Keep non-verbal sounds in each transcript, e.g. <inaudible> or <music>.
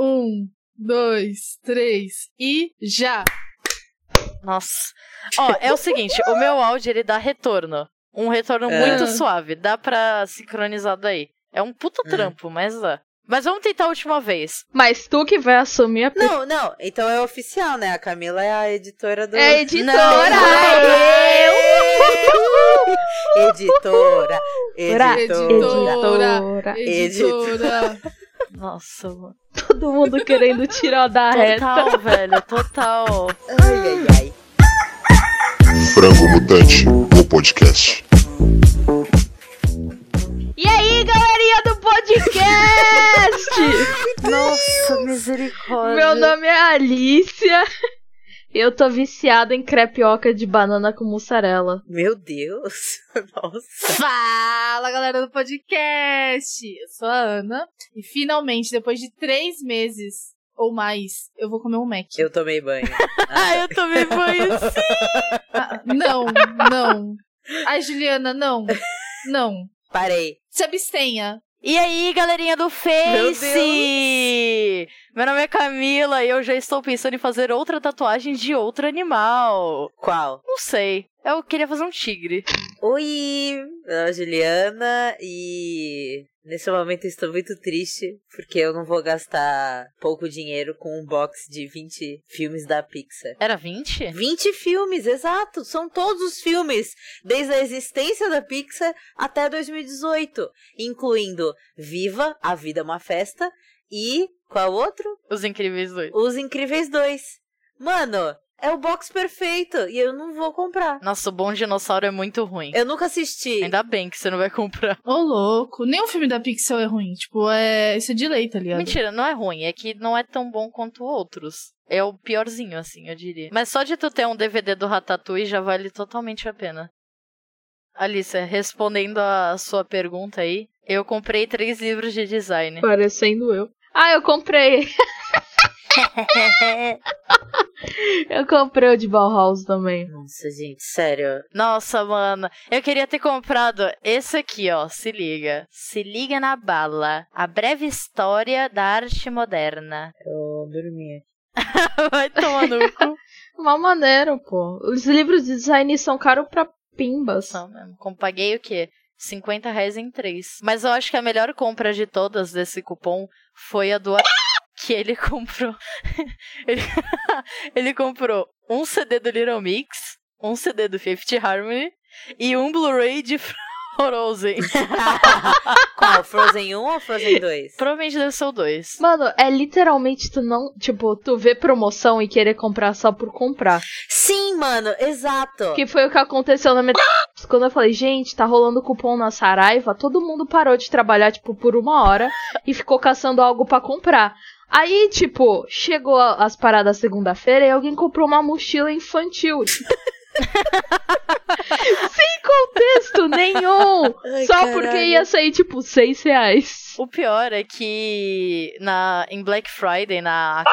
Um, dois, três e já! Nossa. Ó, é o seguinte, o meu áudio ele dá retorno. Um retorno É. muito suave. Dá pra sincronizar daí. É um puta É. trampo, mas dá. Mas vamos tentar a última vez. Mas tu que vai assumir a Não, não. Então é oficial, né? A Camila é a editora do. É a editora! Aê! <laughs> Editora! Editora. Editora! Editora. Editora! Nossa, mano. Todo mundo querendo tirar da reta. Total, velho. Total. Ai, ai, ai. Um Frango Mutante, o podcast. E aí, galerinha do podcast! Nossa, misericórdia. Meu nome é Alicia. Eu tô viciada em crepioca de banana com mussarela. Meu Deus! <laughs> Nossa! Fala galera do podcast! Eu sou a Ana e finalmente, depois de três meses ou mais, eu vou comer um Mac. Eu tomei banho. Ah, eu também foi isso. Ah, não, não. Ai, Juliana, não. Não. Parei. Se abstenha. E aí, galerinha do Face! Meu, nome é Camila e eu já estou pensando em fazer outra tatuagem de outro animal. Qual? Não sei. Eu queria fazer um tigre. Oi! Meu nome é Juliana e. Nesse momento eu estou muito triste porque eu não vou gastar pouco dinheiro com um box de 20 filmes da Pixar. Era 20? 20 filmes, exato. São todos os filmes, desde a existência da Pixar até 2018. Incluindo Viva, A Vida é uma Festa e. Qual outro? Os Incríveis 2. Os Incríveis 2. Mano, é o box perfeito e eu não vou comprar. Nossa, o Bom Dinossauro é muito ruim. Eu nunca assisti. Ainda bem que você não vai comprar. Ô, louco. Nenhum filme da Pixel é ruim. Tipo, é. Isso é de lei, tá ligado? Mentira, não é ruim. É que não é tão bom quanto outros. É o piorzinho, assim, eu diria. Mas só de tu ter um DVD do Ratatouille já vale totalmente a pena. Alice, respondendo a sua pergunta aí, eu comprei três livros de design. Parecendo eu. Ah, eu comprei. Eu comprei o de Bauhaus também. Nossa, gente, sério. Nossa, mano. Eu queria ter comprado esse aqui, ó. Se liga. Se liga na bala. A breve história da arte moderna. Eu dormi. <laughs> Vai tomar no cu. Mal maneiro, pô. Os livros de design são caros pra pimbas. Não, mesmo. Como Paguei o quê? 50 reais em três. Mas eu acho que a melhor compra de todas desse cupom foi a <laughs> do... a- Que ele comprou... <laughs> ele... <laughs> ele comprou um CD do Little Mix, um CD do Fifth Harmony e um Blu-ray de <laughs> Frozen. Qual? Frozen 1 ou Frozen <laughs> 2? Provavelmente deve ser o dois. Mano, é literalmente tu não. Tipo, tu vê promoção e querer comprar só por comprar. Sim, mano, exato. Que foi o que aconteceu <laughs> na minha. Quando eu falei, gente, tá rolando cupom na Saraiva, todo mundo parou de trabalhar, tipo, por uma hora e ficou caçando algo pra comprar. Aí, tipo, chegou a- as paradas segunda-feira e alguém comprou uma <laughs> mochila infantil. Sem contexto nenhum! Ai, só caralho. porque ia sair, tipo, seis reais. O pior é que na, em Black Friday, na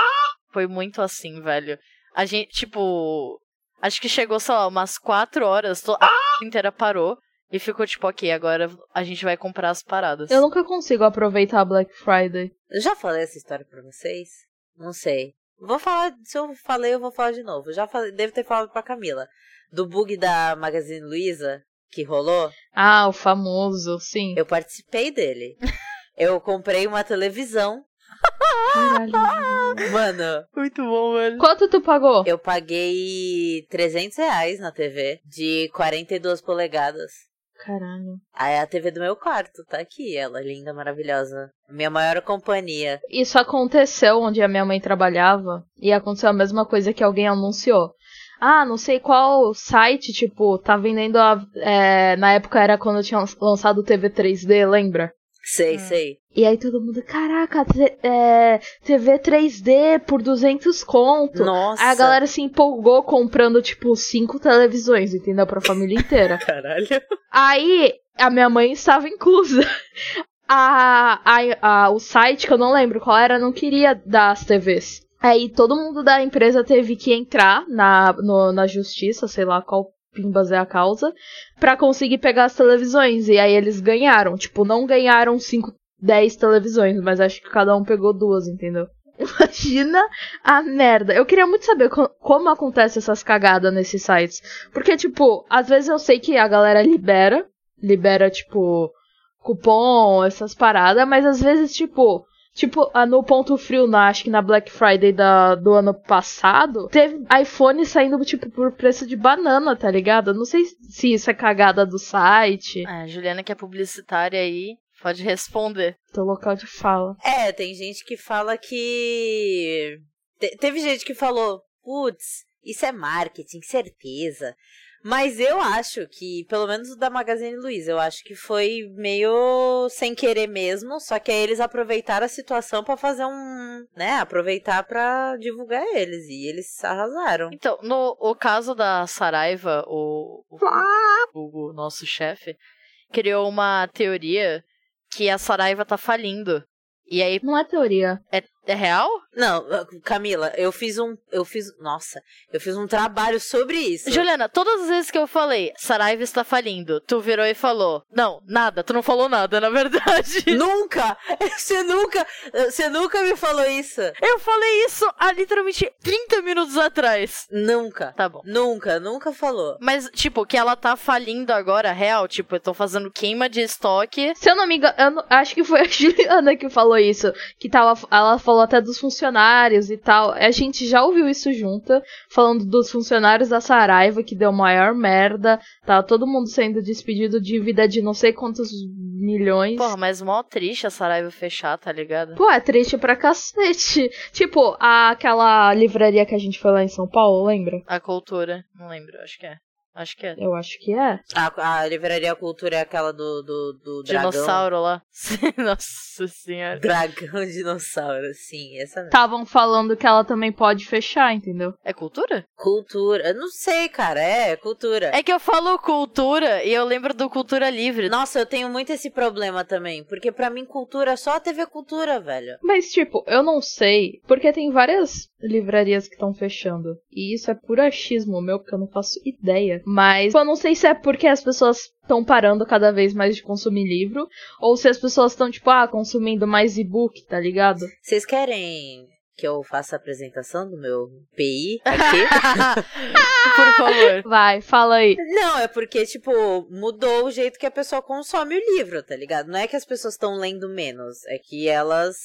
foi muito assim, velho. A gente, tipo, acho que chegou, sei lá, umas quatro horas, to- a inteira parou e ficou tipo, ok, agora a gente vai comprar as paradas. Eu nunca consigo aproveitar a Black Friday. Eu já falei essa história pra vocês? Não sei. Vou falar, se eu falei, eu vou falar de novo. Já falei, devo ter falado pra Camila. Do bug da Magazine Luiza, que rolou, Ah, o famoso, sim. eu participei <laughs> dele. Eu comprei uma televisão. Mano, Muito bom, velho. Quanto tu pagou? eu paguei 300 reais na TV, de 42 polegadas. Caralho. Ah, é a TV do meu quarto, tá aqui, ela, linda, maravilhosa. Minha maior companhia. Isso aconteceu onde a minha mãe trabalhava e aconteceu a mesma coisa que alguém anunciou. Ah, não sei qual site, tipo, tá vendendo a. é, na época era quando tinha lançado o TV 3D, lembra? Sei, Hum. sei. E aí todo mundo, caraca, te- é, TV 3D por 200 conto. Nossa. Aí a galera se empolgou comprando, tipo, cinco televisões, entendeu? Pra família inteira. Caralho. Aí a minha mãe estava inclusa. A, a, a- o site, que eu não lembro qual era, não queria dar as TVs. Aí todo mundo da empresa teve que entrar na, no- na justiça, sei lá qual pimbas é a causa, pra conseguir pegar as televisões. E aí eles ganharam. Tipo, não ganharam 5, 10 televisões, mas acho que cada um pegou duas, entendeu? <laughs> Imagina a merda. Eu queria muito saber co- como acontece essas cagadas nesses sites. Porque, tipo, às vezes eu sei que a galera libera. Libera, tipo, cupom, essas paradas. Mas às vezes, tipo. Tipo, a- no ponto frio, na, acho que na Black Friday da, do ano passado, teve iPhone saindo, tipo, por preço de banana, tá ligado? Eu Não sei se isso é cagada do site, Ah, Juliana, que é publicitária aí, pode responder. do local de fala. É, tem gente que fala que. Te- teve gente que falou, putz, isso é marketing, certeza. Mas eu acho que, pelo menos o da Magazine Luiza, eu acho que foi meio sem querer mesmo, só que aí eles aproveitaram a situação pra fazer um, né, aproveitar pra divulgar eles e eles arrasaram. Então, no o caso da Saraiva, o, o, o- o nosso chefe, criou uma teoria que a Saraiva tá falindo. E aí, Não é teoria. é real? Não, Camila, eu fiz um, eu fiz, nossa, eu fiz um trabalho sobre isso. Juliana, todas as vezes que eu falei, Saraiva está falindo, tu virou e falou, não, nada, tu não falou nada, na verdade. <laughs> Nunca! <laughs> Você nunca, você nunca me falou isso. Eu falei isso há literalmente 30 minutos atrás. Nunca. Tá bom. Nunca, nunca falou. Mas, tipo, que ela tá falindo agora, real, tipo, eu tô fazendo queima de estoque. Se eu não me engano, eu não- acho que foi a <laughs> Juliana que falou isso. Que tava, ela falou até dos funcionários e tal. A gente já ouviu isso junta, falando dos funcionários da Saraiva, que deu maior merda. Tá todo mundo sendo despedido de vida de não sei quantos milhões. Porra, mas mó triste a Saraiva fechar, tá ligado? Pô, é triste pra cacete. Tipo, a- aquela livraria que a gente foi lá em São Paulo, lembra? A cultura. Não lembro, acho que é. Acho que é. Eu acho que é. A, a livraria cultura é aquela do, do, do dragão. Dinossauro lá. <laughs> Nossa senhora. Dragão <laughs> dinossauro, sim, essa mesmo. Estavam falando que ela também pode fechar, entendeu? É cultura? Cultura, eu não sei, cara, é, cultura. É que eu falo cultura e eu lembro do Cultura Livre. Nossa, eu tenho muito esse problema também, porque pra mim cultura é só a TV Cultura, velho. Mas, tipo, eu não sei, porque tem várias livrarias que estão fechando. E isso é puro achismo meu, porque eu não faço ideia. Mas eu não sei se é porque as pessoas estão parando cada vez mais de consumir livro, ou se as pessoas estão, tipo, ah, consumindo mais e-book, tá ligado? Vocês querem que eu faça a apresentação do meu <laughs> PI aqui? Por favor. Vai, fala aí. não, é porque, tipo, mudou o jeito que a pessoa consome o livro, tá ligado? Não é que as pessoas estão lendo menos, é que elas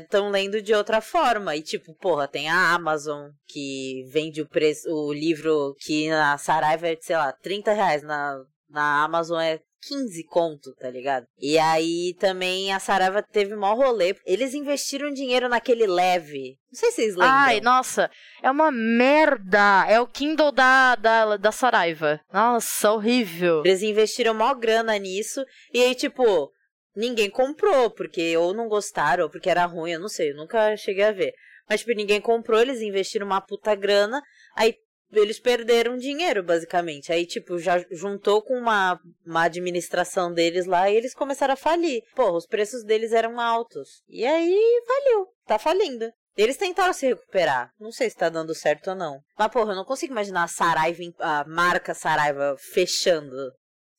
estão lendo de outra forma. E, tipo, porra, tem a Amazon que vende o preço, o livro que na Saraiva é, sei lá, 30 reais, na, na Amazon é 15 conto, tá ligado? E aí também a Saraiva teve maior rolê. Eles investiram dinheiro naquele leve. Não sei se vocês lembram. Ai, nossa, é uma merda. É o Kindle da, da, da Saraiva. Nossa, horrível. Eles investiram maior grana nisso. E aí, tipo, ninguém comprou, porque ou não gostaram, ou porque era ruim, eu não sei, eu nunca cheguei a ver. Mas, tipo, ninguém comprou, eles investiram uma puta grana, aí eles perderam dinheiro, basicamente. Aí, tipo, já juntou com uma, uma administração deles lá e eles começaram a falir. Porra, os preços deles eram altos. E aí, faliu. Tá falindo. Eles tentaram se recuperar. Não sei se tá dando certo ou não. Mas, porra, eu não consigo imaginar a Saraiva, em- a marca Saraiva fechando,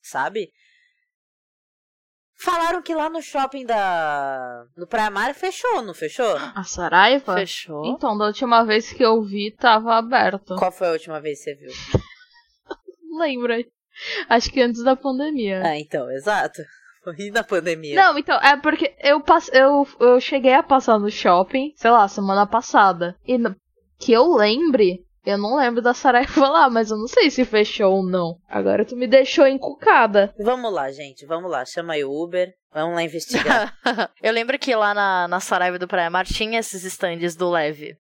sabe? Falaram que lá no shopping da. No Praia Mar fechou, não fechou? A Saraiva? Fechou. Então, da última vez que eu vi, tava aberto. Qual foi a última vez que você viu? Lembra? Acho que antes da pandemia. Ah, então, exato. <laughs> E na pandemia? Não, então, é porque eu, pass... eu, eu cheguei a passar no shopping, sei lá, semana passada. E n- que eu lembre, eu não lembro da Saraiva lá, mas eu não sei se fechou ou não. Agora tu me deixou encucada. Vamos lá, gente, vamos lá. Chama aí o Uber. Vamos <laughs> lá investigar. eu lembro que lá na, na Saraiva do Praia Mar tinha esses stands do Leve.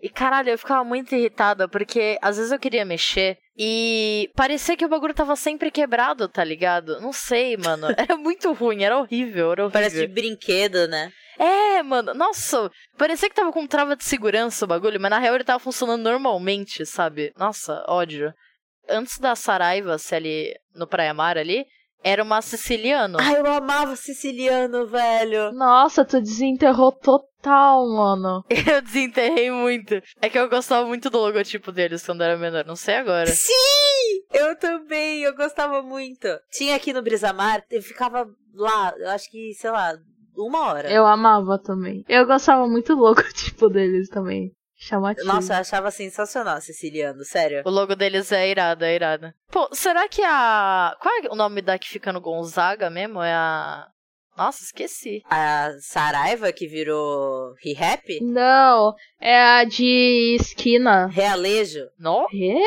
E caralho, eu ficava muito irritada porque às vezes eu queria mexer e parecia que o bagulho tava sempre quebrado, tá ligado? Não sei, mano. <laughs> Era muito ruim, era horrível, era horrível. Parece de brinquedo, né? É, mano, nossa, parecia que tava com trava de segurança o bagulho, mas na real ele tava funcionando normalmente, sabe? Nossa, ódio. Antes da Saraiva, se ali no Praia Mar ali, era uma siciliano. Ai, eu amava siciliano, velho. Nossa, tu desenterrou total, <laughs> mano. Eu desenterrei muito. É que eu gostava muito do logotipo deles quando era menor, não sei agora. Sim! Eu também, eu gostava muito. Tinha aqui no Brisamar, eu ficava lá, eu acho que, sei lá, uma hora. Eu amava também. Eu gostava muito do <laughs> logotipo deles também. Chamativo. Nossa, eu achava sensacional siciliano, sério. O logo deles é irado, é irado. Pô, será que a. Qual é o nome da que fica no Gonzaga mesmo? É a. Nossa, esqueci. A Saraiva que virou Rehap? Não, é a de esquina. Realejo. No? Quê?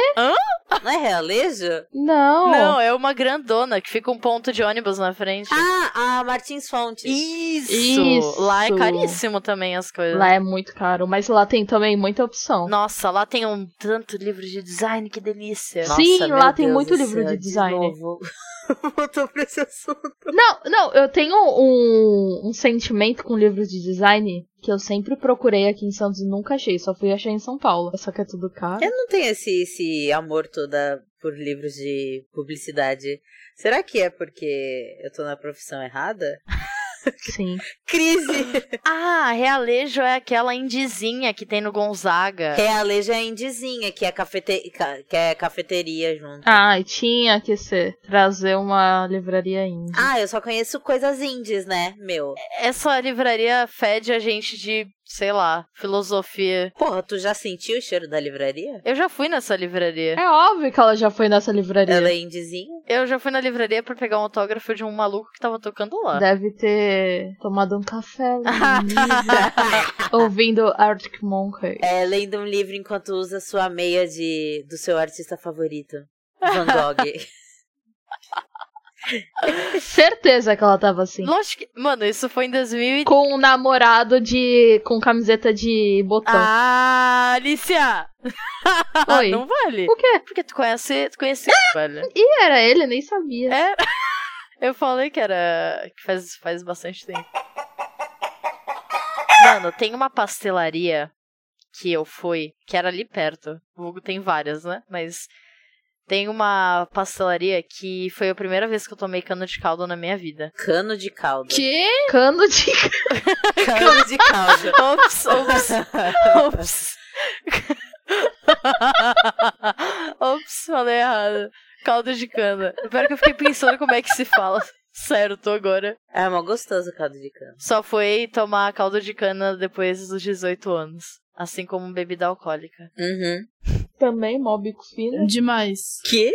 Não é <laughs> realejo? Não. Não, é uma grandona que fica um ponto de ônibus na frente. Ah, a Martins Fontes. Isso! Isso! Lá é caríssimo também as coisas. Lá é muito caro, mas lá tem também muita opção. Nossa, lá tem um tanto livro de design, que delícia. Nossa, Sim, meu lá tem Deus muito do livro de design. novo. <laughs> Voltou pra esse assunto. Não, não, eu tenho um, um sentimento com livros de design que eu sempre procurei aqui em Santos e nunca achei, só fui achar em São Paulo. Só que é tudo caro. Eu não tenho esse, esse amor toda por livros de publicidade. Será que é porque eu tô na profissão errada? Sim. <laughs> Crise! Ah, Realejo é aquela indizinha que tem no Gonzaga. Realeja é indizinha, que é, cafete... ca- que é cafeteria junto. Ah, e tinha que ser trazer uma livraria indie. Ah, eu só conheço coisas indies, né, meu? Essa livraria fede a gente de, sei lá, filosofia. Porra, tu já sentiu o cheiro da livraria? Eu já fui nessa livraria. É óbvio que ela já foi nessa livraria. Ela é indizinha? Eu já fui na livraria pra pegar um autógrafo de um maluco que tava tocando lá. Deve ter tomado um café lá, ouvindo Arctic Monkey. <laughs> É, lendo um livro enquanto usa sua meia de do seu artista favorito. Van Gogh. Certeza que ela tava assim. Lógico que. Mano, isso foi em 2000 e... Com um namorado de. com camiseta de botão. Ah, Alicia! <laughs> Oi. Ah! Não vale. O quê? Porque tu conhece. Tu conhece, velho. E era ele, eu nem sabia. É. Eu falei que era. que faz, faz bastante tempo. Mano, tem uma pastelaria que eu fui, que era ali perto. Vulgo tem várias, né? Mas tem uma pastelaria que foi a primeira vez que eu tomei cano de caldo na minha vida. <laughs> Cano de caldo. Que? Cano de. <laughs> Cano de <laughs> caldo. Ops, ops, ops. <laughs> ops, falei errado. Caldo de cana. Pior que eu fiquei pensando como é que se fala. <laughs> Sério, tô agora. É mó gostoso o caldo de cana. Só foi tomar caldo de cana depois dos 18 anos. Assim como bebida alcoólica. Uhum. Também mó bico fino. Demais. Que?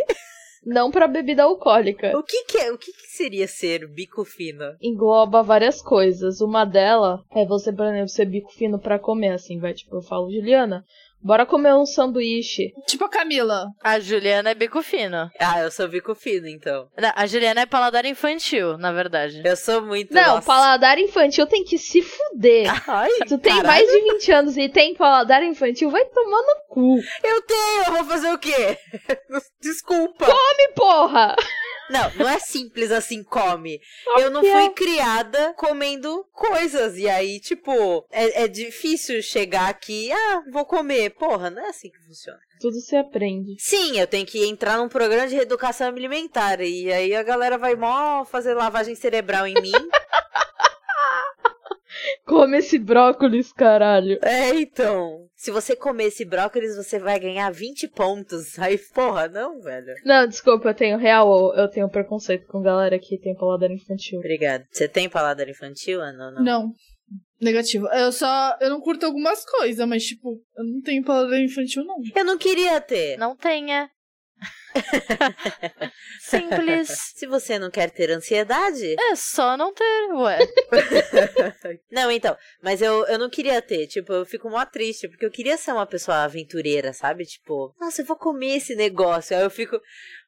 Não pra bebida alcoólica. O que que, é, o que que seria ser bico fino? Engloba várias coisas. Uma dela é você, por exemplo, ser bico fino pra comer, assim, vai. Tipo, eu falo, Juliana, bora comer um sanduíche. Tipo a Camila. A Juliana é bico fino. Ah, eu sou bico fino, então. Não, A Juliana é paladar infantil, na verdade. Eu sou muito. Não, nossa. paladar infantil tem que se fuder. Ai, Tu tem caralho. mais de 20 anos e tem paladar infantil, vai tomar no cu. Eu tenho, eu vou fazer o quê? <laughs> Desculpa. Que porra! Não, não é simples assim, come. Eu não fui criada comendo coisas. E aí, tipo, é, é difícil chegar aqui, ah, vou comer. Porra, não é assim que funciona. Tudo se aprende. Sim, eu tenho que entrar num programa de reeducação alimentar. E aí a galera vai mó fazer lavagem cerebral em mim. Come esse brócolis, caralho. <laughs> é, então. Se você comer esse brócolis, você vai ganhar 20 pontos. Aí, porra, não, velho. Não, desculpa, eu tenho real, eu tenho preconceito com galera que tem paladar infantil. Obrigada. Você tem paladar infantil, Ana? ou Não. Não. Negativo. Eu só. Eu não curto algumas coisas, mas, tipo, eu não tenho paladar infantil, não. Eu não queria ter. Não <laughs> tenha. Simples. Se você não quer ter ansiedade, É só não ter, ué. Não, então, mas eu, eu não queria ter, tipo, eu fico mó triste, porque eu queria ser uma pessoa aventureira, sabe? Tipo, nossa, eu vou comer esse negócio. Aí eu fico.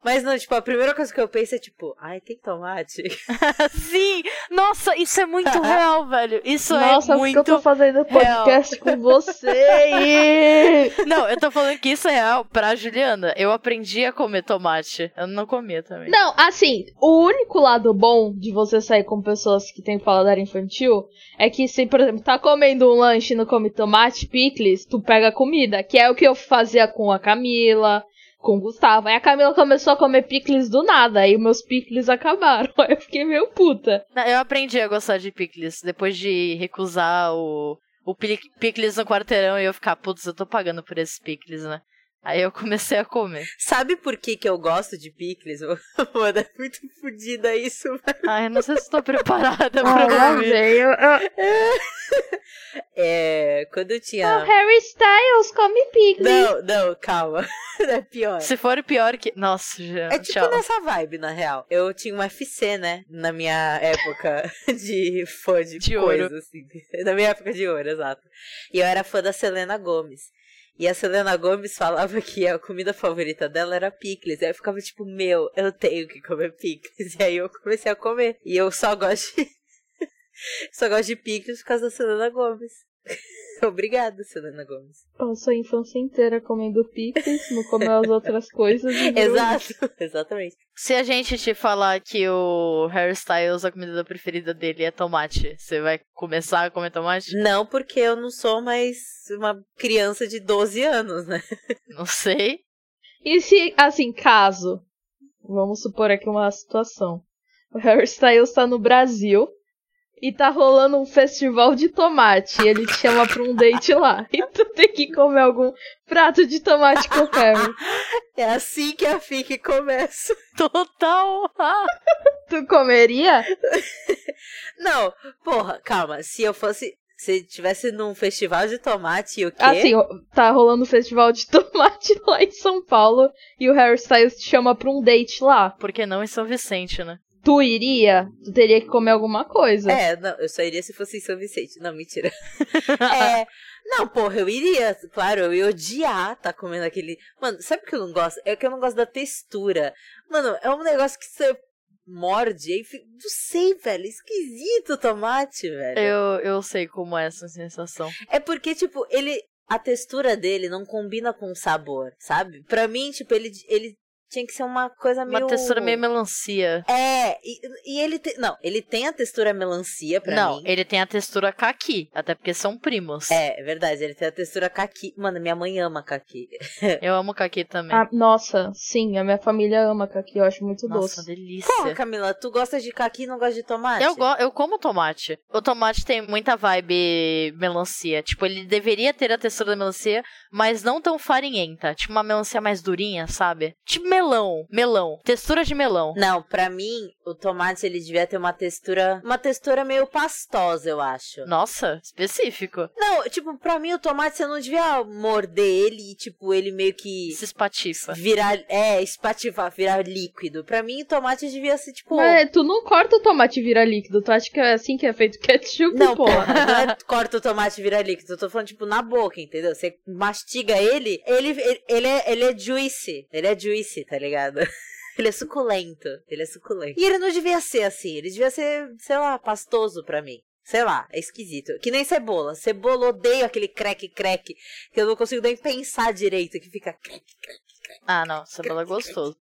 Mas não, tipo, a primeira coisa que eu penso é, tipo, ai, tem tomate. <laughs> <laughs> Sim! Nossa, isso é <laughs> muito real, velho. Isso Nossa, é por que eu muito. tô fazendo podcast com você. Não, eu tô falando que isso é real pra Juliana. Eu aprendi a comer tomate. Eu não comia também. <laughs> Não, assim, o único lado bom de você sair com pessoas que têm paladar infantil é que se, por exemplo, tá comendo um lanche e não come tomate, picles, tu pega comida, que é o que eu fazia com a Camila, com o Gustavo. Aí a Camila começou a comer picles do nada, aí meus picles acabaram. <laughs> Aí eu fiquei meio puta. Não, Eu aprendi a gostar de picles depois de recusar o, o pili- picles no quarteirão e eu ficar, putz, eu tô pagando por esses picles, né? Aí eu comecei a comer. Sabe por que, que eu gosto de picles? <laughs> Mano, é muito fodida isso. <laughs> Ai, não sei se estou preparada Ah, pra lá comer. vem. eu- eu- É, quando eu O tinha. Harry Styles come picles. Não, não, calma. <laughs> É pior. Se for pior que. Nossa, já. É tipo tchau. nessa vibe, na real. Eu tinha um FC, né? Na minha época <laughs> de fã de, De coisa, ouro. assim. <laughs> Na minha época de ouro, exato. E eu era fã da Selena Gomes. E a Selena Gomes falava que a comida favorita dela era picles. Aí eu ficava tipo, meu, eu tenho que comer picles. E aí eu comecei a comer. E eu só gosto de... <laughs> só gosto de picles por causa da Selena Gomes. <laughs> Obrigada, Selena Gomes. Passou a infância inteira comendo picles, não comeu as outras coisas. <laughs> e virou Exato, <laughs> exatamente. Se a gente te falar que o hairstyles, a comida preferida dele é tomate, você vai começar a comer tomate? Não, porque eu não sou mais uma criança de 12 anos, né? Não sei. E se, assim, caso, vamos supor aqui uma situação. O Harry Styles tá no Brasil e tá rolando um festival de tomate. E ele te chama pra um date lá. <laughs> E tu tem que comer algum prato de tomate com o Harry. É assim que a FIC começa. Total! Ah, Tu comeria? Não, porra, calma. Se eu fosse. Se tivesse num festival de tomate e o quê? Assim, ó, tá rolando um festival de <laughs> tomate lá em São Paulo e o Harry Styles te chama pra um date lá. Por que não em São Vicente, né? Tu iria? Tu teria que comer alguma coisa. É, não, eu só iria se fosse em São Vicente. Não, mentira. É, não, porra, eu iria, claro, eu ia odiar tá comendo aquele. Mano, sabe o que eu não gosto? É que eu não gosto da textura. Mano, é um negócio que você morde e fica. Não sei, velho. Esquisito o tomate, velho. Eu, eu sei como é essa sensação. É porque, tipo, ele. A textura dele não combina com o sabor, sabe? Pra mim, tipo, ele, ele tinha que ser uma coisa Uma meio. textura meio melancia. É, e, e ele tem. Não, ele tem a textura melancia pra não, mim. ele tem a textura caqui, até porque são primos. É, é verdade, ele tem a textura caqui. Mano, minha mãe ama caqui. Eu amo caqui também. Ah, nossa, sim, a minha família ama caqui, eu acho muito Nossa, doce. delícia. Porra, <laughs> Camila, tu gosta de caqui e não gosta de é tomate? Eu, go eu como tomate. O tomate tem muita vibe melancia. Tipo, ele deveria ter a textura da melancia, mas não tão farinhenta. Tipo, uma melancia mais durinha, sabe? Tipo melão. Melão. Textura de melão. Não, pra mim, o tomate ele devia ter uma textura. Uma textura meio pastosa, eu acho. Nossa, específico. Não, tipo, pra mim o tomate você não devia morder ele e, tipo, ele meio que. Se espatifa. Virar, é, espativar, virar líquido. Pra mim, tomate devia ser tipo. Mas é tu não corta o tomate e vira líquido, tu acha que é assim que é feito ketchup, Não, pô? porra, não é <laughs> corta o tomate e vira líquido. Eu tô falando, tipo, na boca, entendeu? Você mastiga ele, ele, ele, ele é, ele é juicy. Ele é juicy, tá ligado? <laughs> Ele é suculento. Ele é suculento. E ele não devia ser assim. Ele devia ser, sei lá, pastoso pra mim. Sei lá, é esquisito. Que nem cebola. Cebola, odeio aquele creque-creque. Que eu não consigo nem pensar direito. Que fica creque. Ah, não. Cebola é <laughs> gostoso.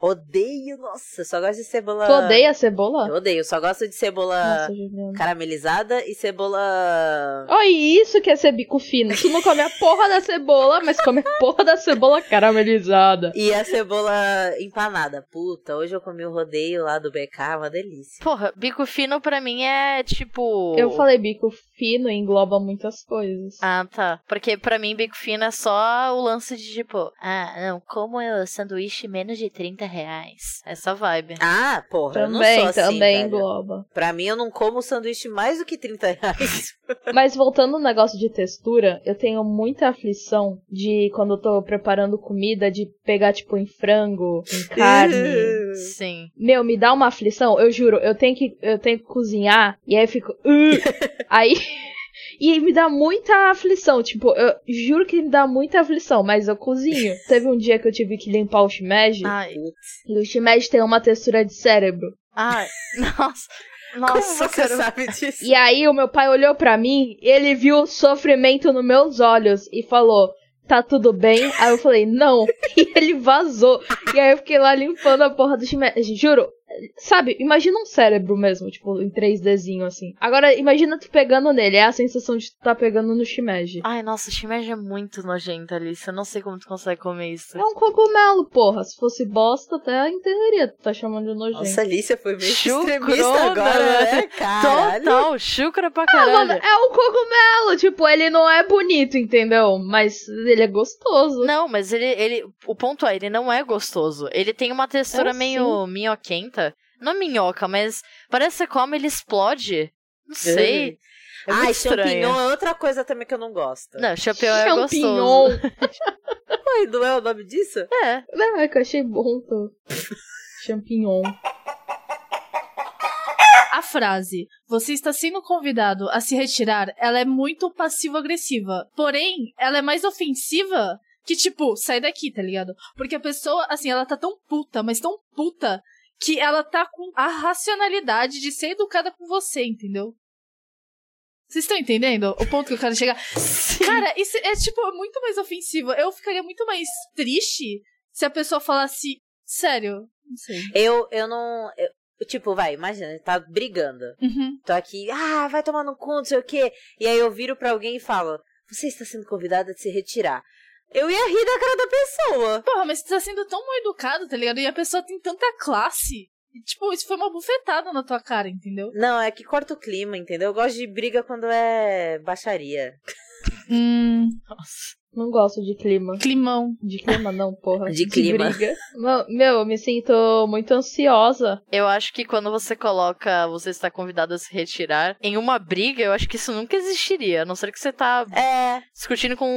Odeio, nossa. Só gosto de cebola. Tu odeia cebola? Eu odeio, só gosto de cebola Nossa, Juliana. caramelizada e cebola. Olha isso que é ser bico fino. Tu não come a porra da cebola, mas come a porra da cebola caramelizada. E a cebola empanada. Puta, hoje eu comi o rodeio lá do BK, uma delícia. Porra, bico fino pra mim é tipo. Eu falei bico fino engloba muitas coisas. Ah, tá. Porque pra mim, bico fino é só o lance de tipo, ah, não, como é o sanduíche menos de 30 reais. Essa vibe. Ah, porra, eu também, não sou assim, também velho. engloba. Pra mim, eu não como um sanduíche mais do que 30 reais. Mas voltando no negócio de textura, eu tenho muita aflição de quando eu tô preparando comida, de pegar tipo em frango, em Uhum. carne. Sim. Meu, me dá uma aflição, eu juro, eu tenho que, eu tenho que cozinhar, e aí eu fico. "Ugh". aí. E aí me dá muita aflição, tipo, eu juro que me dá muita aflição, mas eu cozinho. Teve um dia que eu tive que limpar o shimeji, Ai. e o shimeji tem uma textura de cérebro. Ai. <laughs> Nossa. <laughs> Como Nossa, você cara. sabe disso? E aí o meu pai olhou pra mim, ele viu o sofrimento nos meus olhos e falou: "Tá tudo bem?" <laughs> Aí eu falei: "Não". E ele vazou. E aí eu fiquei lá limpando a porra do shimeji. Juro, Sabe, imagina um cérebro mesmo, tipo, em 3Dzinho assim. Agora, imagina tu pegando nele, é a sensação de tu tá pegando no shimeji. Ai, nossa, shimeji é muito nojento, Alice. Eu não sei como tu consegue comer isso. É um cogumelo, porra. Se fosse bosta, até entenderia. Tu tá chamando de nojento. Nossa, Alice foi meio Chucrona, extremista agora, né? Caralho. <laughs> Total, chucra pra Ah, mano, caralho. é um cogumelo. Tipo, ele não é bonito, entendeu? Mas ele é gostoso. Não, mas ele, ele. O ponto é, ele não é gostoso. Ele tem uma textura É, Eu meio minhoquenta. Não minhoca, mas parece que você come, ele explode. Não sei. É muito Ai, estranho. champignon é outra coisa também que eu não gosto. Não, champignon é um gostoso. Champignon. Ai, não é o nome disso? É. <laughs> <laughs> Não, é que eu achei bom, tô. Champignon. A frase você está sendo convidado a se retirar, ela é muito passivo-agressiva. Porém, ela é mais ofensiva que tipo, sai daqui, tá ligado? Porque a pessoa, assim, ela tá tão puta, mas tão puta, que ela tá com a racionalidade de ser educada com você, entendeu? Vocês estão entendendo o ponto que eu quero chegar? Cara, isso é tipo muito mais ofensivo. Eu ficaria muito mais triste se a pessoa falasse, sério, não sei. Eu, eu não. eu- tipo, vai, imagina, tá brigando. Uhum. Tô aqui, ah, vai tomar no cu, não sei o quê. E aí eu viro pra alguém e falo: Você está sendo convidada de se retirar. Eu ia rir da cara da pessoa. Porra, mas você tá sendo tão mal educado, tá ligado? E a pessoa tem tanta classe. E, tipo, isso foi uma bufetada na tua cara, entendeu? Não, é que corta o clima, entendeu? Eu gosto de briga quando é baixaria. Hum, Nossa. Não gosto de clima. climão. De clima não, porra. De clima. briga. Mo- Meu, eu me sinto muito ansiosa. Eu acho que quando você coloca você está convidado a se retirar em uma briga, eu acho que isso nunca existiria. A não ser que você tá É. discutindo com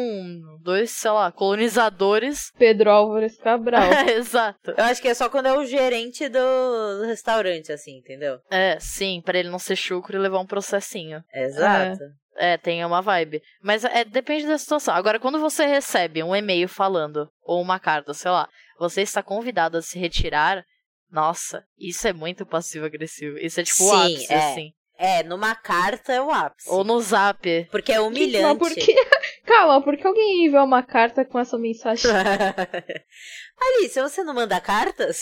dois, sei lá, colonizadores. Pedro Álvares Cabral. <laughs> <laughs> Exato. Eu acho que é só quando é o gerente do, do restaurante, assim, entendeu? É, sim, pra ele não ser chucro e levar um processinho. Exato. É, tem uma vibe. Mas é, depende da situação. Agora, quando você recebe um e-mail falando, ou uma carta, sei lá, você está convidado a se retirar, nossa, isso é muito passivo-agressivo. Isso é tipo o Sim, ápice, é. assim. É, numa carta é o ápice. Ou no <laughs> zap. Porque é humilhante. Mas por que... <laughs> Calma, por que alguém enviou uma carta com essa mensagem? <laughs> Alice, você não manda cartas?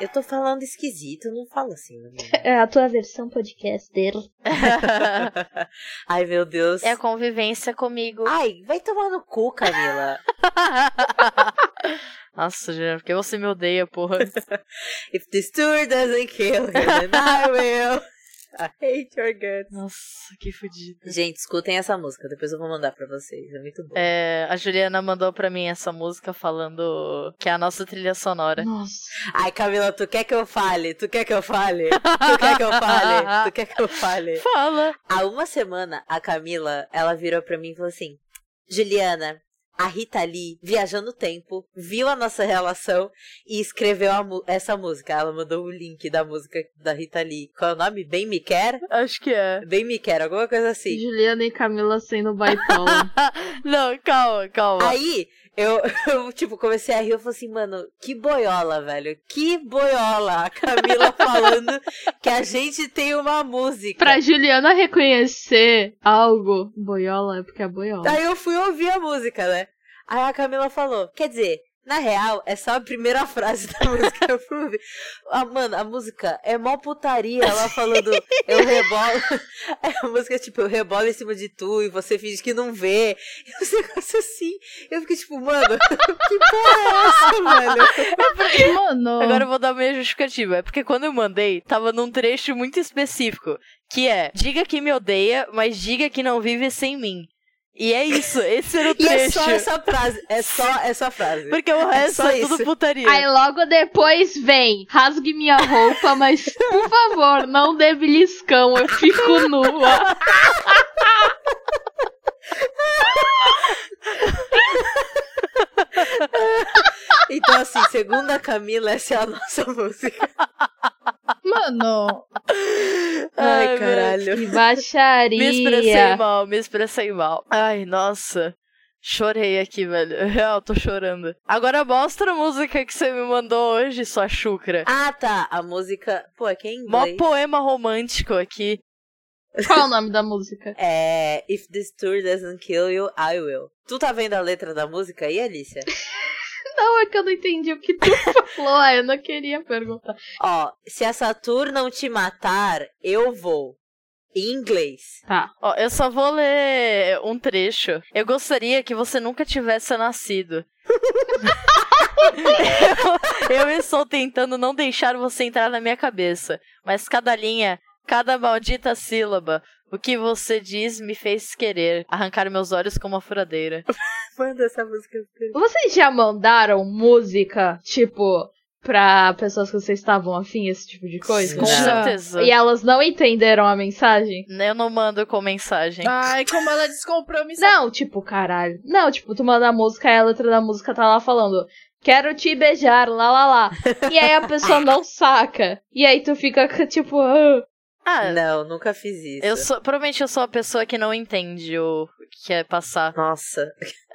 Eu tô falando esquisito, eu não falo assim. Não. É a tua versão podcaster. Ai, meu Deus. é a convivência <laughs> comigo. Ai, vai tomar no cu, Camila. Nossa, Juliana, porque você me odeia, porra. <laughs> If the steward doesn't kill, then I will. <laughs> I hate your guts. Nossa, que fodido. Gente, escutem essa música, depois eu vou mandar pra vocês. É muito bom. É, a Juliana mandou pra mim essa música falando que é a nossa trilha sonora. Nossa. Ai, Camila, tu quer que eu fale? Tu quer que eu fale? Tu quer que eu fale? Tu quer que eu fale? Fala! Há uma semana, a Camila, ela virou pra mim e falou assim: Juliana, a Rita Lee viajou no tempo, viu a nossa relação e escreveu a mu- essa música. Ela mandou o link da música da Rita Lee. Qual é o nome? Bem Me Quer? Acho que é. Bem Me Quer, alguma coisa assim. Juliana e Camila sendo bipolar. Não, calma, calma. Aí, eu, <laughs> eu, tipo, comecei a rir, eu falei assim, mano, que boiola, velho, que boiola, a Camila <laughs> falando que a gente tem uma música. <laughs> pra Juliana reconhecer algo, boiola é porque é boiola. Aí eu fui ouvir a música, né? Aí a Camila falou, quer dizer, na real, é só a primeira <laughs> frase da música. Eu fui ouvir. Ah, mano, a música é mó putaria. Ela falando, eu rebolo. <laughs> É, a música é tipo, eu rebolo em cima de tu e você finge que não vê. E os <laughs> negócios assim. Eu fiquei tipo, mano, <laughs> que porra é essa, velho? <laughs> Mano. Agora eu vou dar minha justificativa. É porque quando eu mandei, tava num trecho muito específico. Que é, diga que me odeia, mas diga que não vive sem mim. E é isso, esse era o <laughs> E trecho. é só essa frase. É só essa frase. Porque o resto só é, tudo isso. putaria. Aí logo depois vem, rasgue minha roupa, mas por favor, não dê beliscão, eu fico nua. Então, assim, segundo a Camila, essa é a nossa <laughs> música. Mano. Ai, meu- caralho. Que Me expressei baixaria. mal, me expressei mal. Ai, nossa. Chorei aqui, velho. <laughs> Real, tô chorando. Agora mostra a música que você me mandou hoje, sua chucra. Ah, tá. A música. Pô, é que é em Mó inglês. poema romântico aqui. Qual o nome da música? É. If this tour doesn't kill you, I will. Tu tá vendo a letra da música aí, Alicia? Não, é que eu não entendi o que tu <laughs> falou. Ah, eu não queria perguntar. Ó, se a Saturn não te matar, eu vou. Em inglês. Tá. Ó, eu só vou ler um trecho. Eu gostaria que você nunca tivesse nascido. <laughs> eu, eu estou tentando não deixar você entrar na minha cabeça, mas cada linha, cada maldita sílaba, o que você diz me fez querer arrancar meus olhos como uma furadeira. Manda essa música. Vocês já mandaram música, tipo, pra pessoas que vocês estavam afim, esse tipo de coisa? Com Já. certeza. E elas não entenderam a mensagem? Eu não mando com Ah, mensagem. Ai, como ela é descompromissada. Não, tipo, caralho. Não, tipo, tu manda a música e a letra da música tá lá falando. Quero te beijar, lá lá lá. E aí a pessoa não saca. E aí tu fica <laughs> tipo. "Ah". Ah, Não, nunca fiz isso. eu sou, provavelmente eu sou a pessoa que não entende o que é passar. Nossa.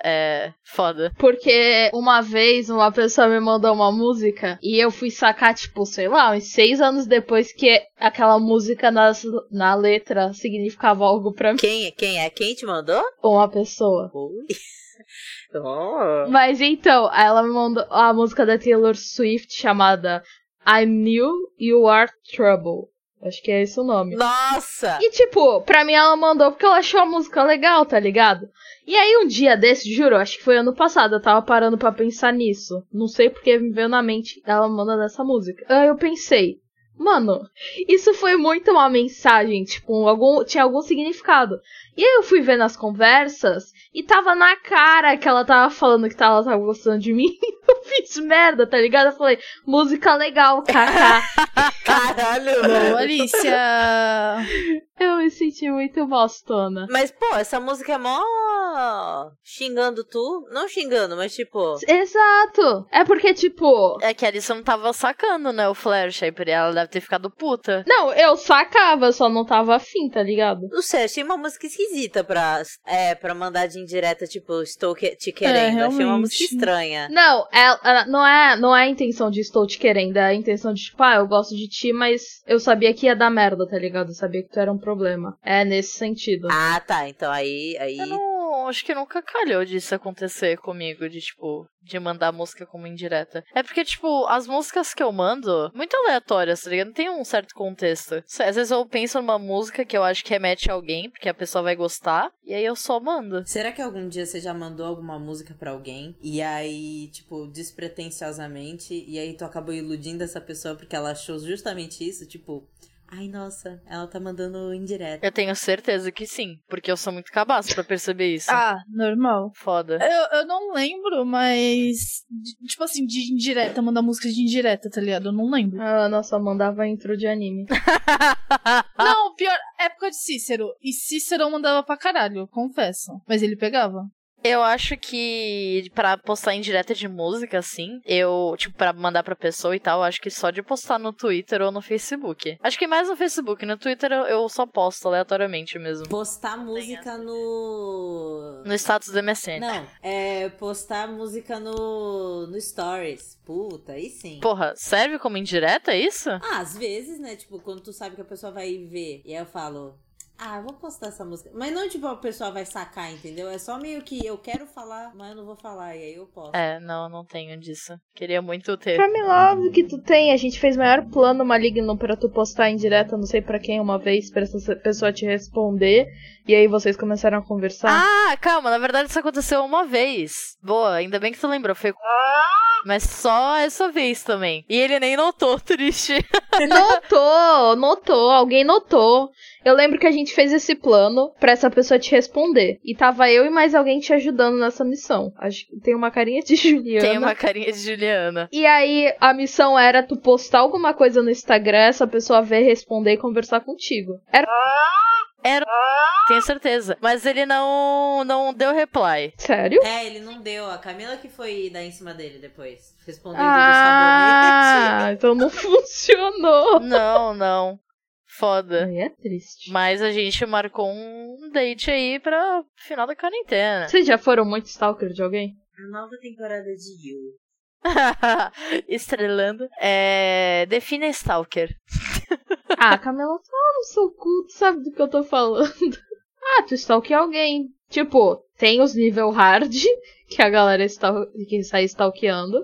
É foda. Porque uma vez uma pessoa me mandou uma música e eu fui sacar, tipo, sei lá, uns seis anos depois que aquela música nas, na letra significava algo pra mim. Quem, quem é? Quem te mandou? Uma pessoa. Ui. <laughs> Oh. Mas então, ela me mandou a música da Taylor Swift chamada I Knew You Are Trouble. Acho que é esse o nome. Nossa! E tipo, pra mim ela mandou porque ela achou a música legal, tá ligado? E aí um dia desse, juro, acho que foi ano passado, eu tava parando pra pensar nisso. Não sei porque me veio na mente ela mandando essa música. Aí eu pensei, mano, isso foi muito uma mensagem, tipo, algum, tinha algum significado. E aí eu fui ver nas conversas e tava na cara que ela tava falando que ela tava gostando de mim. <laughs> Eu fiz merda, tá ligado? Eu falei, música legal, tá, kaká. Caralho! Boa, Alicia. <laughs> eu me senti muito bostona. Mas, pô, essa música é mó. xingando tu? Não xingando, mas tipo. Exato! É porque, tipo. É que a Alissa não tava sacando, né, o Flare Shaper. Ela deve ter ficado puta. Não, eu sacava, eu só não tava afim, tá ligado? Não sei, achei uma música esquisita pra, é, pra mandar de indireta, tipo, estou que- te É, querendo. achei uma realmente. música estranha. Não, ela- ela- não, é, não é a intenção de estou te querendo, é a intenção de, tipo, ah, eu gosto de ti, mas eu sabia que ia dar merda, tá ligado? Eu sabia que tu era um problema. É nesse sentido. Ah, tá. Então aí. aí... Eu não, acho que nunca calhou disso acontecer comigo, de tipo, de mandar música como indireta. É porque, tipo, as músicas que eu mando, muito aleatórias, tá ligado? Não tem um certo contexto. Sei, Às vezes eu penso numa música que eu acho que remete a alguém, porque a pessoa vai gostar, e aí eu só mando. Será que algum dia você já mandou alguma música pra alguém e aí, tipo, despretensiosamente, e aí tu acabou iludindo essa pessoa porque ela achou justamente isso? Tipo, ai nossa, ela tá mandando indireta. Eu tenho certeza que sim, porque eu sou muito cabaço pra perceber isso. Ah, normal. Foda. Eu, eu não lembro, mas. de- Tipo assim, de indireta, mandar música de indireta, tá ligado? Eu não lembro. Ah, nossa, eu mandava intro de anime. Não, pior, época de Cícero. E Cícero mandava pra caralho, eu confesso. Mas ele pegava. Eu acho que pra postar em direta de música, assim, eu, tipo, pra mandar pra pessoa e tal, acho que só de postar no Twitter ou no Facebook. Acho que mais no Facebook, no Twitter eu, eu só posto aleatoriamente mesmo. Postar música no. No status do MSN. Não, é postar música no. no Stories. Puta, aí sim. Porra, serve como indireta é isso? Ah, às vezes, né? Tipo, quando tu sabe que a pessoa vai ver. E aí eu falo, ah, eu vou postar essa música. Mas não, tipo, a pessoa vai sacar, entendeu? É só meio que eu quero falar, mas eu não vou falar. E aí eu posto. É, não, eu não tenho disso. Queria muito ter. Pra mim, óbvio que tu tem. A gente fez maior plano maligno pra tu postar em direta, não sei pra quem, uma vez, pra essa pessoa te responder. E aí vocês começaram a conversar. Ah, calma, na verdade isso aconteceu uma vez. Boa, ainda bem que tu lembrou, foi. Mas só essa vez também. E ele nem notou, <laughs> triste. Notou, notou, alguém notou. Eu lembro que a gente fez esse plano pra essa pessoa te responder. E tava eu e mais alguém te ajudando nessa missão. Acho que tem uma carinha de <laughs> Juliana. Tem uma carinha de Juliana. E aí a missão era tu postar alguma coisa no Instagram, essa pessoa ver, responder e conversar contigo. Era Tenho certeza. Mas ele não, não deu reply. sério? É, ele não deu. A Camila que foi dar em cima dele depois. Respondendo do sabonete. Ah, então não <laughs> funcionou. Não, não. Foda. Aí é triste. Mas a gente marcou um date aí pra final da quarentena. <laughs> Vocês já foram muito stalker de alguém? A nova temporada de You. Estrelando. É... Defina stalker. <laughs> Ah, Camila, fala no seu cu, tu sabe do que eu tô falando. Ah, tu stalkeia alguém. Tipo, tem os nível hard, <laughs> que a galera está, que sai stalkeando.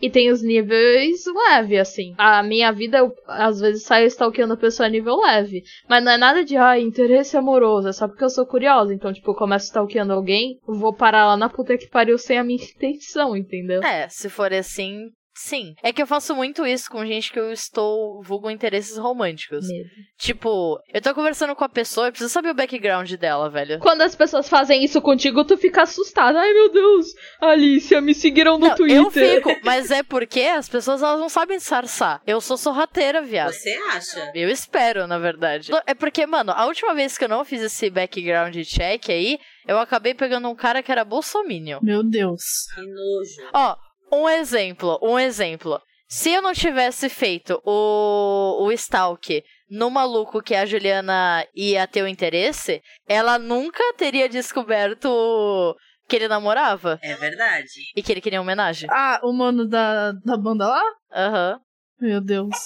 E tem os níveis leve, assim. A minha vida, eu, às vezes, saio stalkeando a pessoa nível leve. Mas não é nada de, ah, interesse amoroso. É só porque eu sou curiosa. Então, tipo, eu começo stalkeando alguém, vou parar lá na puta que pariu sem a minha <laughs> intenção, entendeu? É, se for assim, sim. É que eu faço muito isso com gente que eu estou vulgo interesses românticos. Medo. Tipo, eu tô conversando com a pessoa, eu preciso saber o background dela, velho. Quando as pessoas fazem isso contigo, tu fica assustada. Ai, meu Deus, Alicia, me seguiram no Não, Twitter. eu fico, mas é porque as pessoas elas não sabem disfarçar. Eu sou sorrateira, viado. Você acha? Eu espero, na verdade. É porque, mano, a última vez que eu não fiz esse background check aí, eu acabei pegando um cara que era bolsominion. Meu Deus. Que nojo. Ó, um exemplo, um exemplo. Se eu não tivesse feito o, o stalk no maluco que a Juliana ia ter o interesse, ela nunca teria descoberto que ele namorava É verdade. e que ele queria homenagem. Ah, o mano da, da banda lá? Aham. Meu Deus.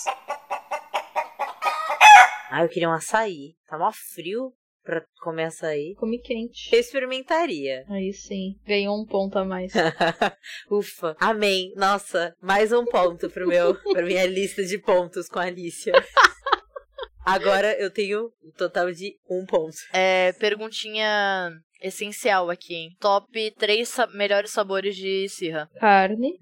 Ah, eu queria um açaí. Tá mó frio pra comer açaí. Comi quente. Eu experimentaria. Aí sim, ganhou um ponto a mais. Ufa. Amém. Nossa, mais um ponto pro meu, pra minha lista de pontos com a Alicia. Agora eu tenho um total de um ponto. É, perguntinha essencial aqui, hein? Top 3 sa- melhores sabores de Sirra. Carne.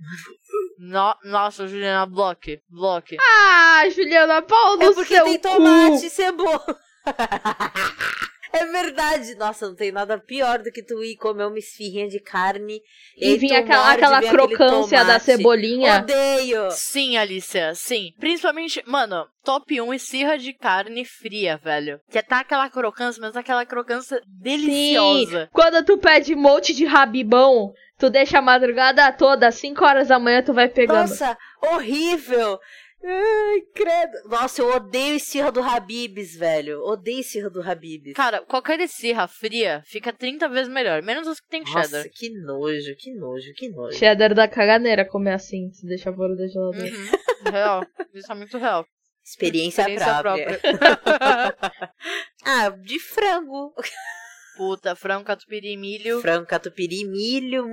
No- Nossa, Juliana, bloque, bloque. Ah, Juliana, pau do É porque seu tem cu. tomate e cebola. <laughs> É verdade. Nossa, não tem nada pior do que tu ir comer uma esfirrinha de carne E aí tu vinha aquela, morde, aquela vem aquele crocância da tomate. cebolinha. Odeio. Sim, Alicia, sim. Principalmente, mano, top 1 esfirra de carne fria, velho. Que tá aquela crocância, mas aquela crocância deliciosa. Quando tu pede um monte de rabibão, tu deixa a madrugada toda, às 5 horas da manhã tu vai pegando. Nossa, horrível. Ai, credo. Nossa, eu odeio esfirra do Habibs, velho. Odeio esfirra do Habibs. Cara, qualquer esfirra fria fica 30 vezes melhor, menos os que tem cheddar. Nossa, que nojo, que nojo, que nojo. Cheddar da caganeira comer assim, se deixa fora da geladeira. Uhum. Real, isso é muito real. Experiência, Experiência própria. <laughs> ah, de frango. Puta, frango, catupiry, milho. Frango, catupiry, milho. Hum,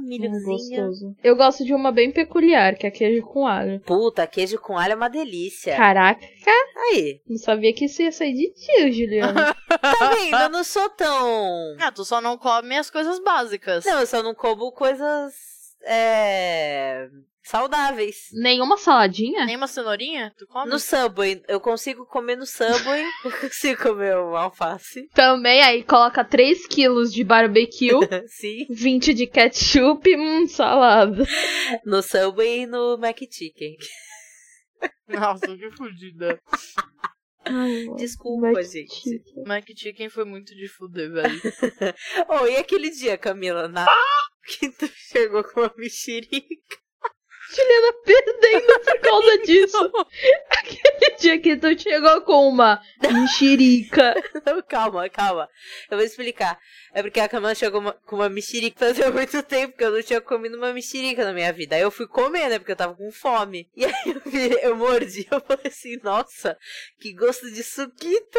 Hum, milhozinho. gostoso. Eu gosto de uma bem peculiar, que é queijo com alho. Puta, queijo com alho é uma delícia. Caraca, Aí, não sabia que isso ia sair de <laughs> ti, Juliana. tá vendo? Eu não sou tão. Ah, tu só não come as coisas básicas. Não, eu só não como coisas. É. saudáveis. Nenhuma saladinha? Nem uma cenourinha? Tu come? No Subway, eu consigo comer no Subway, eu consigo comer um alface. <laughs> Também aí coloca 3 quilos de barbecue, Sim, 20 de ketchup, hum, salada. no Subway e no Mac Chicken. Nossa, que fudida. Desculpa, gente. Mac Chicken foi muito de fuder, velho. Oh, e aquele dia, Camila, na... <laughs> que tu chegou com uma mexerica? Juliana perdendo por causa <laughs> disso. Aquele dia que tu chegou com uma mexerica. Não, calma, calma. Eu vou explicar. É porque a Camila chegou uma- com uma mexerica fazia muito tempo que eu não tinha comido uma mexerica na minha vida. Aí eu fui comer, né? Porque eu tava com fome. E aí eu, vi, eu mordi. Eu falei assim, nossa, que gosto de suquita.